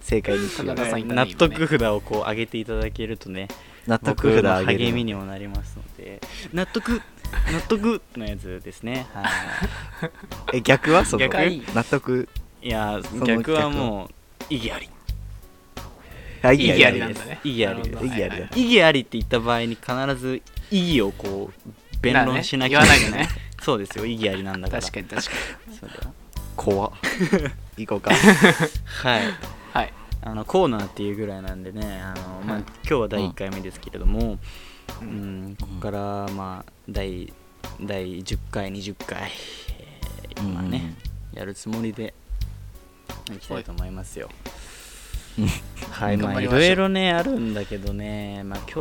A: 正解にしよ
B: 高
A: う
B: 田さんいない
C: 納得札をこう上げていただけるとね
A: 納
C: 僕
A: 得札
C: の
A: あげる
C: 励みにもなりますので納得納得のやつですねはい
A: え逆はその
C: 逆
A: 納得
C: いや
A: の
C: 逆はもう意義あり
A: あ
B: 意義ありなん
A: です
B: だね。
C: 意義ありです
B: なほど
A: 意義ありだ
B: はいはい
C: 意義ありって言った場合に必ず意義をこう弁論しなきゃ
B: だね言わないとね
C: そうですよ意義ありなんだから
B: 確かに確かに。
C: そうだ
A: 怖っ行こうか
C: はい
B: はい。
C: あのコーナーっていうぐらいなんでねあの、まあ、
B: はい
C: 今日は第1回目ですけれども、
B: う
C: うんんここから、まあ、第第10回20回、えー
A: うん
C: 今ね、やるつもりでいきたいと思いますよ
A: うん
C: はいま
B: 頑張
C: あい
B: りましょう
C: ろいろねあるんだけどね、まあ、今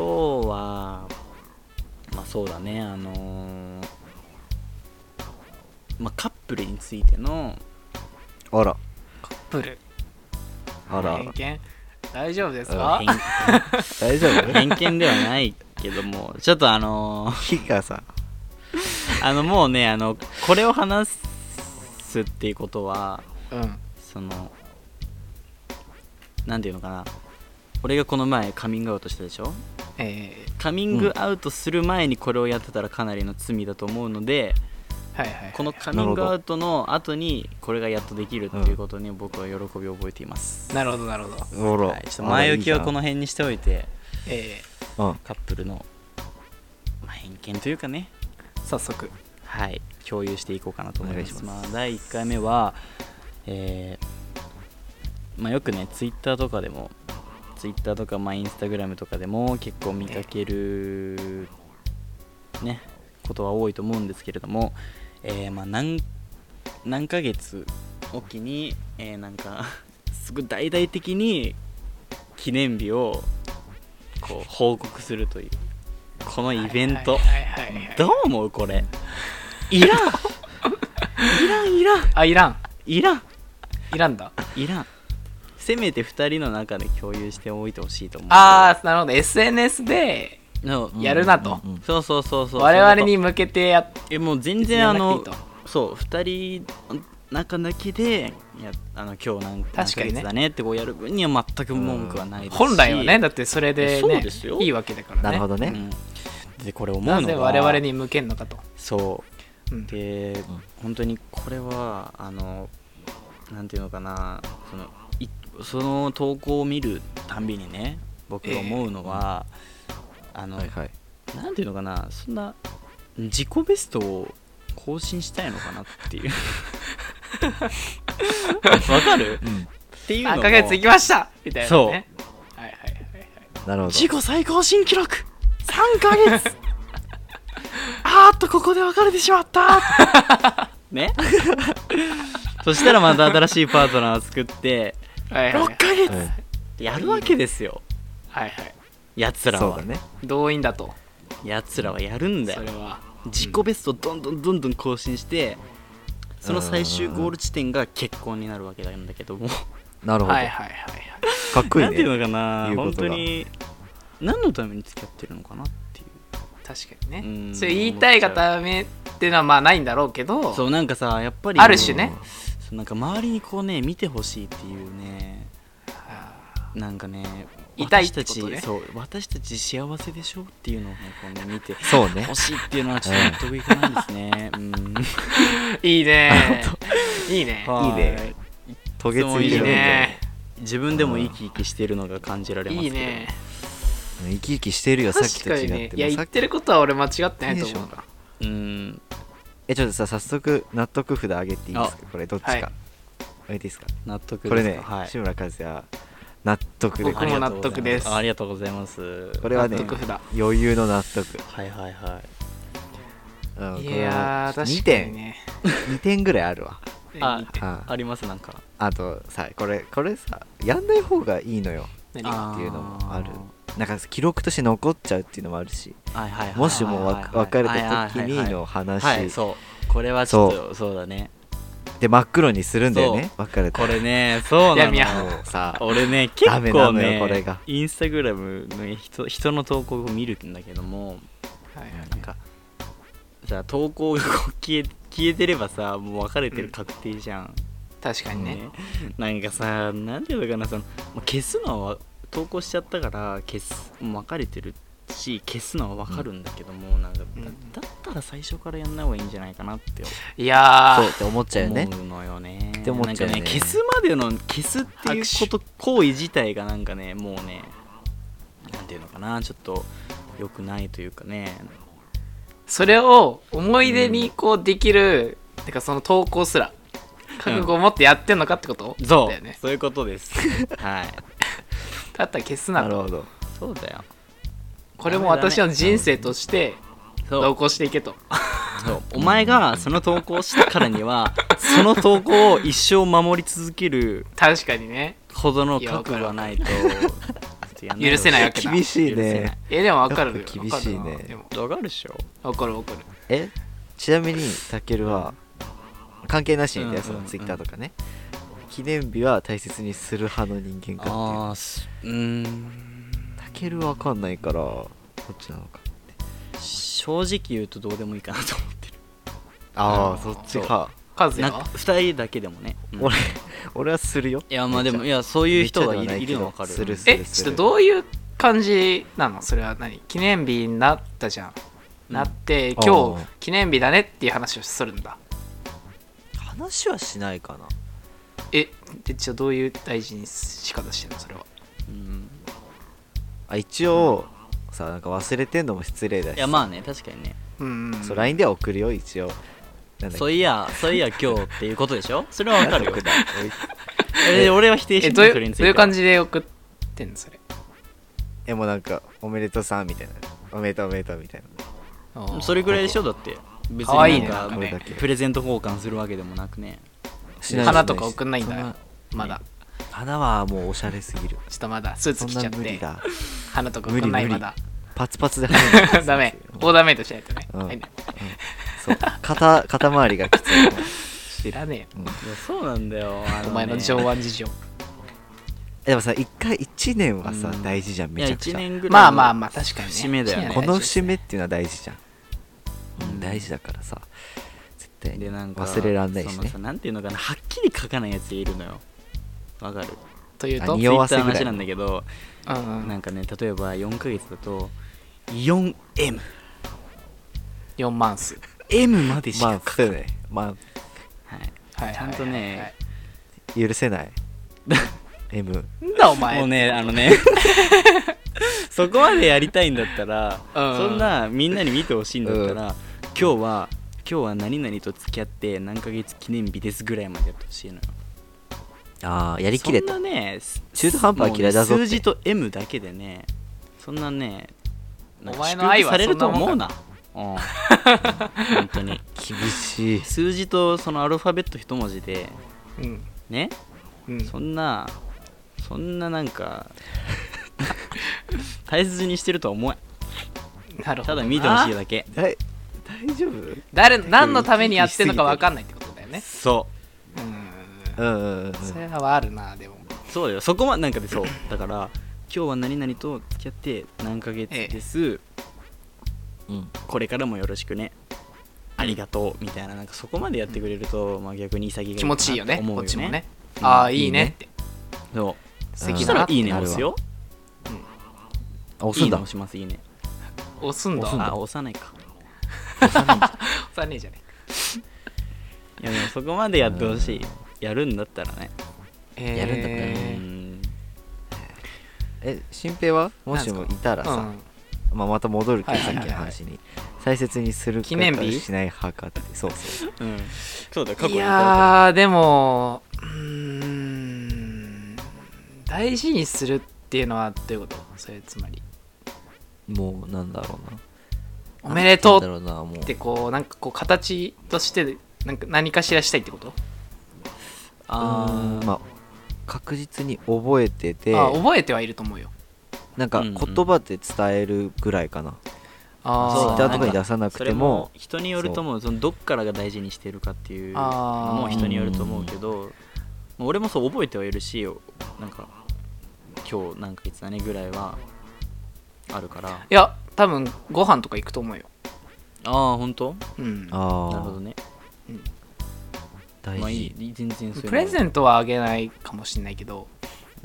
C: 日はまあそうだねあのーまあ、カップルについての
A: あら
B: プル。
A: あらあ
B: 偏
A: ら
B: 見大丈夫ですか
C: 偏
A: 大丈夫
C: 偏見ではないけどもちょっとあのー
A: 火がさ
C: あのもうねあのこれを話すっていうことは
B: うん。
C: そのなんていうのかな俺がこの前カミングアウトしたでしょ
B: え
C: カミングアウトする前にこれをやってたらかなりの罪だと思うので、
B: ー、はいはい。
C: このカミングアウトの後にこれがやっとできるっていうことに僕は喜びを覚えています、
B: なるほどなるほど。
A: おら、
C: はい、ちょっと前置きはこ
A: の
C: の辺にしておいて
B: え
A: うん
C: カップルの、まあ、偏見というかね
B: ー、早速。
C: はい、共有していこうかなと思います。
A: お願いし
C: ま
A: ま
C: あ、第1回目は、えーまあ、よくね、ツイッターとかでも、ツイッターとか、まあ、インスタグラムとかでも結構見かけるねことは多いと思うんですけれども、えーまあ、何何ヶ月おきに、えーなんか すごい大々的に記念日をこう報告するというこのイベント、
B: はいはいはいはい
C: どう思うこれいらんいらんいらん
B: あいらん
C: いらん
B: いらんだ
C: いらんせめて2人の中で共有しておいてほしいと思う
B: ああなるほど SNS で
C: の
B: やるなと
A: うんうん
C: そうそうそうそう
B: 我々に向けてやっ
C: えもう全
B: 別に
C: 然
B: や
C: あ
B: んなく
C: の
B: ていいと
C: そう2人の中だけでいやあの今日何
B: 確かにね
C: 何ヶ月だねってこうやる分には全く文句はないですし
B: 本来はねだってそれ
C: え
B: で,、
C: そう
B: ね、
C: ですよ
B: いいわけだからね
A: なるほどね、
C: うんでこれ思うの
B: な
C: が
B: ぜ我々に向けんのかと、
C: そう
B: うん
C: で、本当にこれはあのなんていうのかなそのいその投稿を見るたんびにね僕が思うのは、あの、
A: はいはい
C: なんていうのかなそんな自己ベストを更新したいのかなっ ていうわかる
A: うん
C: っていうの
B: 3
C: も
B: ヶ月行きましたみたいなね
C: そう
B: はいはいはいはい
A: なるほど
C: 自己最高新記録3ヶ月 あーっとここで別れてしまった ねそしたらまた新しいパートナーを作って
B: はいはい
C: 6ヶ月
A: はい
C: やるわけですよ
B: はいはい
C: やつら
A: そう
C: は
A: だね
B: 動員だと
C: やつらはやるんだ
B: そ
C: よ
B: れは
C: 自己ベストをどんどんどんどん更新してその最終ゴール地点が結婚になるわけなんだけども
A: なるほど、
B: はいはいはいはい
A: かっこいい
C: なん
A: ね
C: ていうのかな
A: 言うこ
C: 本
A: と
C: 当
A: が
C: に何のために付き合ってるのかなっていう
B: 確かに
C: うん
B: ねそれ言いたいがためっていうのはまあないんだろうけど
C: そうなんかさやっぱり
B: ある種ね
C: そうなんか周りにこうね見てほしいっていうねなんかね
B: いたい
C: 私た
B: って
C: ち、
B: ことね
C: そう私たち幸せでしょっていうのをねこうね見て
A: そうね
C: 欲しいっていうのはちょっと納得いかないですねうん
B: いいねいいね
A: いねとげつ
C: い
A: い
C: い
B: い
A: て
B: い
A: るみたい
B: ね
C: 自分でも生き生きしてるのが感じられます
B: い
C: け
B: い
C: ど
B: ね
A: な生き生きしてるよさっき
B: 確
A: と
B: かに
A: 違
B: ね
A: って
B: いや
A: もう
B: 言
A: さ
B: っ
A: って
B: ることは俺間違ってないと思うな
C: うん
A: えちょっとさ早速納得札上げていいですかこれどっちか、
B: はい
A: 上げていいですか
C: 納得
A: これ
C: です
A: ね、
C: かはい
A: 志村和也納得で
B: 僕も納得です
C: ありがとうございます
A: これはね
B: 納得札
A: 余裕の納得、
C: はいはいは
A: うん、
B: いやー
A: これは
B: 確
A: 2
B: かに
A: 点
B: ね
A: 2点ぐらいあるわ
C: いあ
B: いい
A: あ
C: ありますなんか
A: あとさこれこれさやんない方がいいのよ
B: 何が
C: あー
A: っていうのもあるなんか記録として残っちゃうっていうのもあるし
C: はいはいはいはいはい
A: もしもわ別れた時
C: はいはいはい
A: に
C: は
A: の
C: い
A: 話、
C: はいそうこれはちょっとそうだね
A: で真っ黒にするんだよね別れた
C: こ れねそうなの
B: 闇
A: もうさ
C: 俺ね 結
A: ダメな
C: 構
A: の
C: ね
A: よこれが
C: インスタグラムの人人の投稿を見るんだけども
B: はいはい
C: なんかさ投稿がこう消え 消えてればさもう別れてる確定じゃん、
B: 確かにね
C: ねなんかさなんていうのかなそのもう消すのは投稿しちゃったから消すもう別れてるし消すのは分かるんだけども、なんかだ
B: うん
C: だったら最初からやんない方がいいんじゃないかなって
B: いや
A: そうっ
B: ー
A: て思っちゃうよね
C: 思うのよね
A: って思っちゃうよね
C: なんかね消すまでの消すっていうこと行為自体がなんかねもうねなんていうのかなちょっと良くないというかね
B: それを思い出にこうできるてかその投稿すら覚悟を持ってやってんのかってこと
C: そう
B: だよね
C: そういうことですはい
B: だったら消すな
A: な
B: と
A: るほど
C: そうだよ
B: これも私の人生として
C: そ
B: 投
C: う
B: 稿していけと
C: そうお前がその投稿したからにはその投稿を一生守り続ける
B: 確かにね
C: ほどの覚悟がないとちょっとやん
B: 許せないわけだ
A: 厳しい
C: 許せな
A: ね
C: い
B: えでも分かる
A: やっぱ厳しいね
B: わかるなでも
C: わかるでしょ
B: 分かる分かる
A: えちなみにたけるは関係なしにだよ、
C: うん
A: そ
C: うん
A: の
C: うん
A: ツイッターとかね記念日は大切にする派の人間か
C: あ
A: っ
C: あすうーん
A: ていうたけるわかんないからこっちなのか
C: 正直言うとどうでもいいかなと思って
A: あ
B: あ
A: あ
B: ー
A: そっちか
B: カズ
C: る
B: ヤ
C: なん
B: は
C: か2人だけでもね、うん
A: 俺俺はするよ
C: いやまあでも
A: め
C: い
A: っち
C: やそういう人がい
A: めっちゃではない
C: るい
A: けど
C: るの分かる
A: するす
B: えちょっとどういう感じなのそれは何記念日になったじゃん、
C: うん
B: なって
A: あー
B: 今日記念日だねっていう話をするんだ
A: ゃ話はしないかな
B: えでじゃあどういう大事に仕方してるのそれは
C: うん
A: あ一応さなんか忘れてんのも失礼だし
C: いやまあね確かにね
B: うんうん
A: そう LINE では送るよ一応なんだっけ
C: そういやそういや今日っていうことでしょそれは分かるよ
A: なんだ送る
C: え俺は否定し
B: え
C: て
B: どう
C: ないそれ
B: いう
C: につい
B: ど
C: て
B: ういう感じで送ってんのそれ
A: えもうなんかおめでとうさんみたいなおめでとうおめでとうみたいな
C: それぐらいでしょだって別
B: 可愛
C: に
B: いねなん
C: な
B: んか
C: か
A: これだ
B: ね
A: け
C: プレゼント交換するわけでもなくね
A: しない
B: 花とか送んないんだ
A: そ
B: まだ
A: 花はもうおしゃれすぎる
B: ちょっとまだスー
A: そ
B: ツ
A: ん
B: 着ちゃ
A: な
B: っ
A: 無理
B: て
A: だ
B: 花とか送んない
A: 無理無
B: ま
A: 理
B: だ
A: パツパツで花に
B: ダメオーダーメイドしないとね、
A: うん
B: はいね
A: そう肩肩周りがきつい
B: 知らね
A: うん
C: いやそうなんだよ
B: え
C: あね
B: よお前の上腕事情
A: でもさ一回一年はさ
C: うん
A: 大事じゃん
C: い
A: め
C: や
A: ちゃくち
C: 1
A: ゃ
C: 年ぐらい
B: まあまあまあ確かにね
C: 節目だよね
B: 節
A: この
B: 大事
A: 節目っていうのは大事じゃん、うん
C: うん
A: 大事だからさ絶対に
C: でなんか
A: 忘れらんないし
C: その
A: ね
C: さなんていうのかなはっきり書かないやついるのよわかる
B: という
A: あ
B: と、うん
A: 匂わせぐらい
C: Twitter の話なんだけど
B: うん
C: なんかね例えば4ヶ月だと 4M
B: 4万数
C: M までし
A: ま
C: か、
A: あそうよねま
C: はい、
B: はい
C: ちゃんとね、
A: あ許せない M
B: なんだお前
C: もうねあのね そこまでやりたいんだったら、
B: うん
C: そんなみんなに見てほしいんだったら、今日は今日は何々と付き合って何ヶ月記念日ですぐらいまでやってほしいのよ
A: ああやりきれた
C: そんなねす
A: 中途半端は嫌いだぞって
C: もうね数字と M だけでねそんなねなんか
B: お前の愛は
C: 祝福されると思
B: そ
C: うんなうん 本当に
A: 厳しい
C: 数字とそのアルファベット一文字で
B: うん
C: ね
B: うん
C: そんなそんななんか 大切にしてるとは思え
B: なるほ
C: た
B: どな
C: だ見てほしいだけ
A: だい大丈夫
B: 誰何のためにやってるのか分かんないってことだよね
C: そ
B: うん
A: うんうんうん
B: それはあるなでも
C: うそうだよそこまなんかでそうだから今日は何々と付き合って何ヶ月です、
A: うん
C: これからもよろしくねありがとうみたいななんかそこまでやってくれると、まあ、逆に潔い
B: 気持ちいいよね
C: かなと
B: こ
C: 思
B: っ
C: う
B: ちもね
C: うん
B: ああいいねって
C: そう
B: 素
C: そ
B: 敵
C: し
B: だ
C: た
B: な
C: ら
B: って
C: いいね
A: なるわ
C: 押すよ
A: あ押すん
C: いいね
A: だ
C: 押しますいいね
B: 押すんだ
A: 押すんだ
C: あ押さないか
B: 押さねえじゃね
C: いやでもそこまでやってほしいやるんだったらね
B: え
A: やるんだったら
C: う
B: え
C: ん
A: え新平はもしもいたら
B: ーう
A: さ
B: ん、
A: まあ、また戻るけど
B: はい
A: さ
B: は
A: っき
B: いはい
A: の
B: はい
A: 話に大切にするか
B: 記念日
A: しない派かってそうそう
C: うんそうだよ過去
B: い
C: にやっ
B: やーでもうーん大事にするっていうのはどういうことそれつまり
A: もうなんだろうな
B: おめで
A: な
B: と
A: んだ
B: う
A: ろうなもう
B: ってこうなんかこう形としてなんか何かしらしたいってこと
C: たあ
A: うん
C: ー
A: まあ確実に覚えてて
B: あ覚えてはいると思うよ
A: なんか
C: うんうん
A: 言葉で伝えるぐらいかな、
B: あー
C: そうだ
A: Twitter
C: ね
A: とかに出さなく
C: そ
A: て
C: れ
A: も
C: も人によると思うそのどっからが大事にしてるかっていうの
B: あー
C: も人によると思うけどまあ俺もそう覚えてはいるしなんか今日何ヶ月だねぐらいはあるから
B: いや多分ご飯とか行くと思うよ
C: ああ本当
B: うん
A: ああ
C: なるほどね
A: 大事、
C: まあいい全然そういうの
B: プレゼントはあげないかもしれないけど、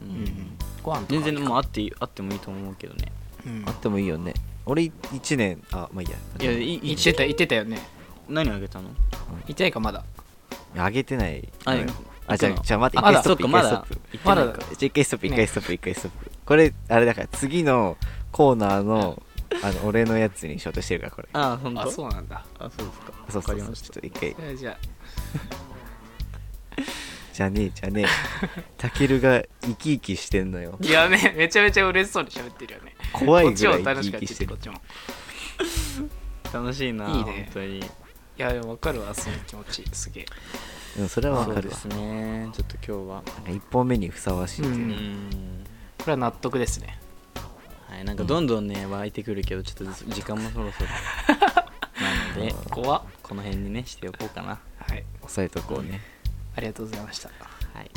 C: う
B: うん
C: ん
B: ご飯とか
C: 全然もうあ
B: う、
C: っていいあってもいいと思うけどね
B: うん
A: あってもいいよね俺1年あまあいいや
C: いやいい
B: 言ってた言ってたよね
C: 何あげたの
B: 言ってないかまだ
A: あげてない
C: あ
A: あじゃあじゃあ待って
B: あ
A: 一回ストッ
C: そっ
A: プ一
C: か
A: 回
C: ま
A: ストッ
C: だ
A: プ
C: 行ってない
B: ま
C: か
B: だ
A: 一回ストップ
B: ね
A: 一回ストップ一回ストップこれあれだから次のコーナーのあの俺のやつにしようとしてるからこれ
C: ああ本当
B: あそうなんだ
C: あそうですか
A: そうそ
C: わか
A: う
C: り
A: そう
C: ま
A: ち
C: し
A: ょ
C: た
A: っと一回
B: えーじゃ
A: じゃねえじゃねえたけるが生き生きしてんのよ
B: あいやねめちゃめちゃ嬉しそうに喋ってるよね
A: 怖
B: こ
A: い
B: っ
A: ぐ
B: ち
A: ら
B: も
A: い生
B: 楽
A: き
B: し
A: 生
B: くやっ
A: き
B: て
A: して
B: て
A: る
B: こっちも
C: 楽しいない
B: いね
C: 本当に
B: いやでも分かるわその気持ちすげえ
A: うんそれはわ
C: そう
A: か
C: で
A: るわ
C: すねちょっと今日は
A: なんか一本目にふさわしいっていううね
C: ん
B: これは納得ですね
C: はい、なんかどんどんね、湧いてくるけど、ちょっとず時間もそろそろ。なので、
B: 怖っ
C: この辺にね、しておこうかな。
B: はい
A: 抑えとこうね
B: ありがとうございました
C: はい。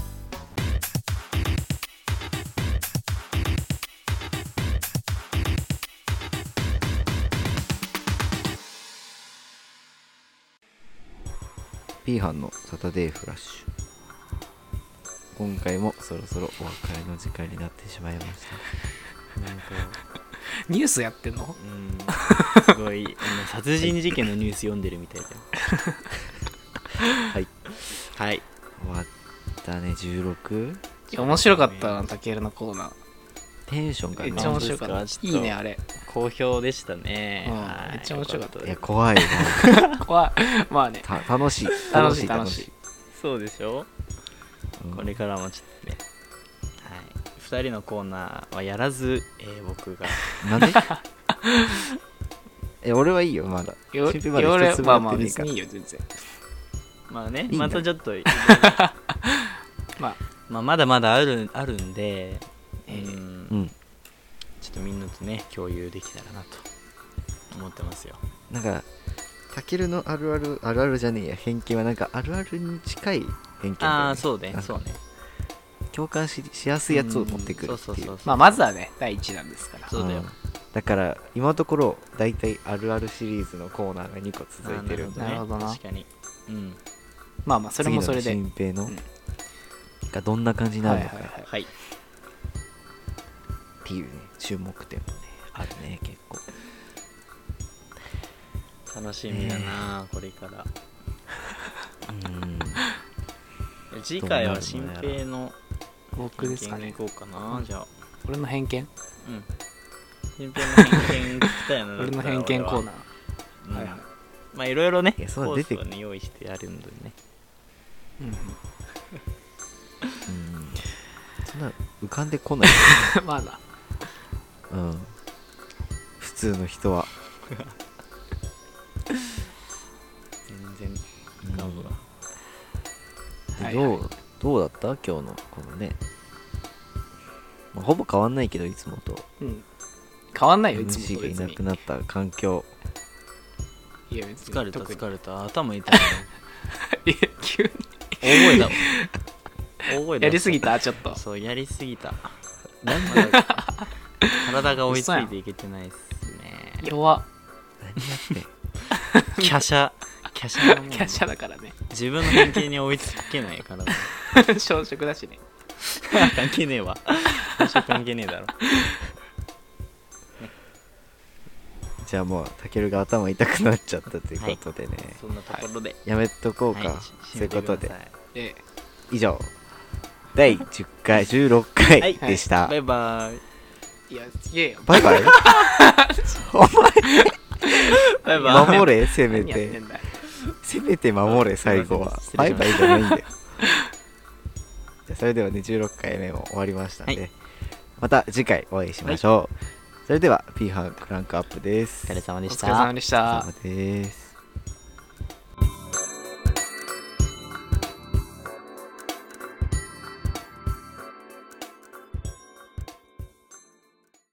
A: P 班のサタデーフラッシュ今回もそろそろお別れの時間になってしまいました
C: なんか、
B: ニュースやってんの
C: うん、すごい、あの殺人事件のニュース読んでるみたいだよ。
A: はい。
C: はい。
A: 終わったね 16?
B: いや面白かったなたけるのコーナ
A: テンション
B: ー
A: が
B: めっ
A: な
B: ちゃ面白か
C: 本当
B: っ
C: です
B: た
C: か
B: いいねあれ
C: 好評でしたね。
B: うん
C: はい
B: めっちゃ面白かった
A: いや怖いな
B: 怖いまあね
A: た 楽しい
B: 楽しい楽しい
C: そうでし
A: う
C: ょ、
A: ん
C: これからもちょっとね。はい。2人のコーナーはやらず、えー僕が
A: なんでえ俺はいいよまだ
B: よ
A: 心配まだ一つも
B: まあ
A: やっ
B: ま
A: て
B: あ
A: ねえ
B: 別
A: から
B: にいいよ全然
C: まあね
A: いいんだ
C: またちょっと、
B: まあ
C: まあ、まだまだあるあるんで、う
B: えー
C: ん
A: うん
C: ちょっとみんなとね共有できたらなと思ってますよ
A: なんかたけるのあるあるあるあるじゃねえや偏見はなんかあるあるに近い偏見だよね
C: ああそうね
A: なんか
C: そうね
A: 共感ししやすいやつを持ってくる
C: うん
A: って
C: そ
A: いう
C: そう
A: う
C: そうそう
B: まあまずはね第一弾ですから
C: そうだよ
A: んだから今のところ大体あるあるシリーズのコーナーが2個続いてるん
B: ど
A: で
B: ねなるほどな
C: 確かにうん
B: まあまあそれもそれで
A: 次の新平の
B: うん
A: がどんな感じに
B: は
A: ない
B: は
A: る
B: い
A: のか
B: はい
C: はい
A: っていうね注目点もねあるね結構
C: 楽しみだな、これから
A: うん
C: 次回は
A: どう
C: 新
A: なるのやら
C: 平の
B: 僕ですか
C: 偏見
B: ね
C: 行こうかな、じゃあ
B: 俺の偏見
C: うん新平の偏見聞きたいな
B: 俺の偏見コーナー
C: ー
B: はいはい
C: まあいろいろね
A: い
C: コ
A: やそんなの出
C: ース
A: てく
C: をね用意してあるんでね
B: うん
A: うんそんな浮かんでこない、
B: うん まあな
A: うん、普通の人は
C: 全然
A: うん
C: ガムが
A: で
B: はいはい
A: どうどうだった今日のこのね、まあ、ほぼ変わんないけどいつもと
B: うん変わんないよいつ
A: MC
B: もと
A: がい
B: 別
A: な
B: に
A: くなった環境
B: いや別に
C: 疲れた
B: 特に
C: 疲れた頭痛いな
B: いや急に
C: 大声だ 大声だ
B: やりすぎ たちょっと
C: そうやりすぎ たまだ体が追いついていけてないっすね
B: 弱
A: 何やって
C: 華奢華奢なもん
B: キャシャだか らね
C: 自分の偏見に追いつけない体
B: 小食だしね
C: 関係ねえ わ最初関係ねえだろ
A: じゃあもうたけるが頭痛くなっちゃったということでね、
C: そんなところで、
A: やめとこうか、
C: はい
A: そういうことで
B: え
A: 以上第10回16回でした、
C: バイバ
B: え
C: イ
B: いやいやいや
A: バイバイ
C: バイ
A: お前
C: バ
A: 守れせめ
B: 何やって
A: て
B: んだよ
A: せめて守れ最後は
C: すいま
A: バ
C: せ
A: イ
C: ん
A: バイじゃないんだよじゃあそれではね16回目も終わりましたんで、
C: はい
A: また次回お会いしましょう、それでは P ハンクランクアップです
C: イお疲れ様
B: お
C: でし
B: 疲れ様
C: た
B: でした
A: お疲れ様です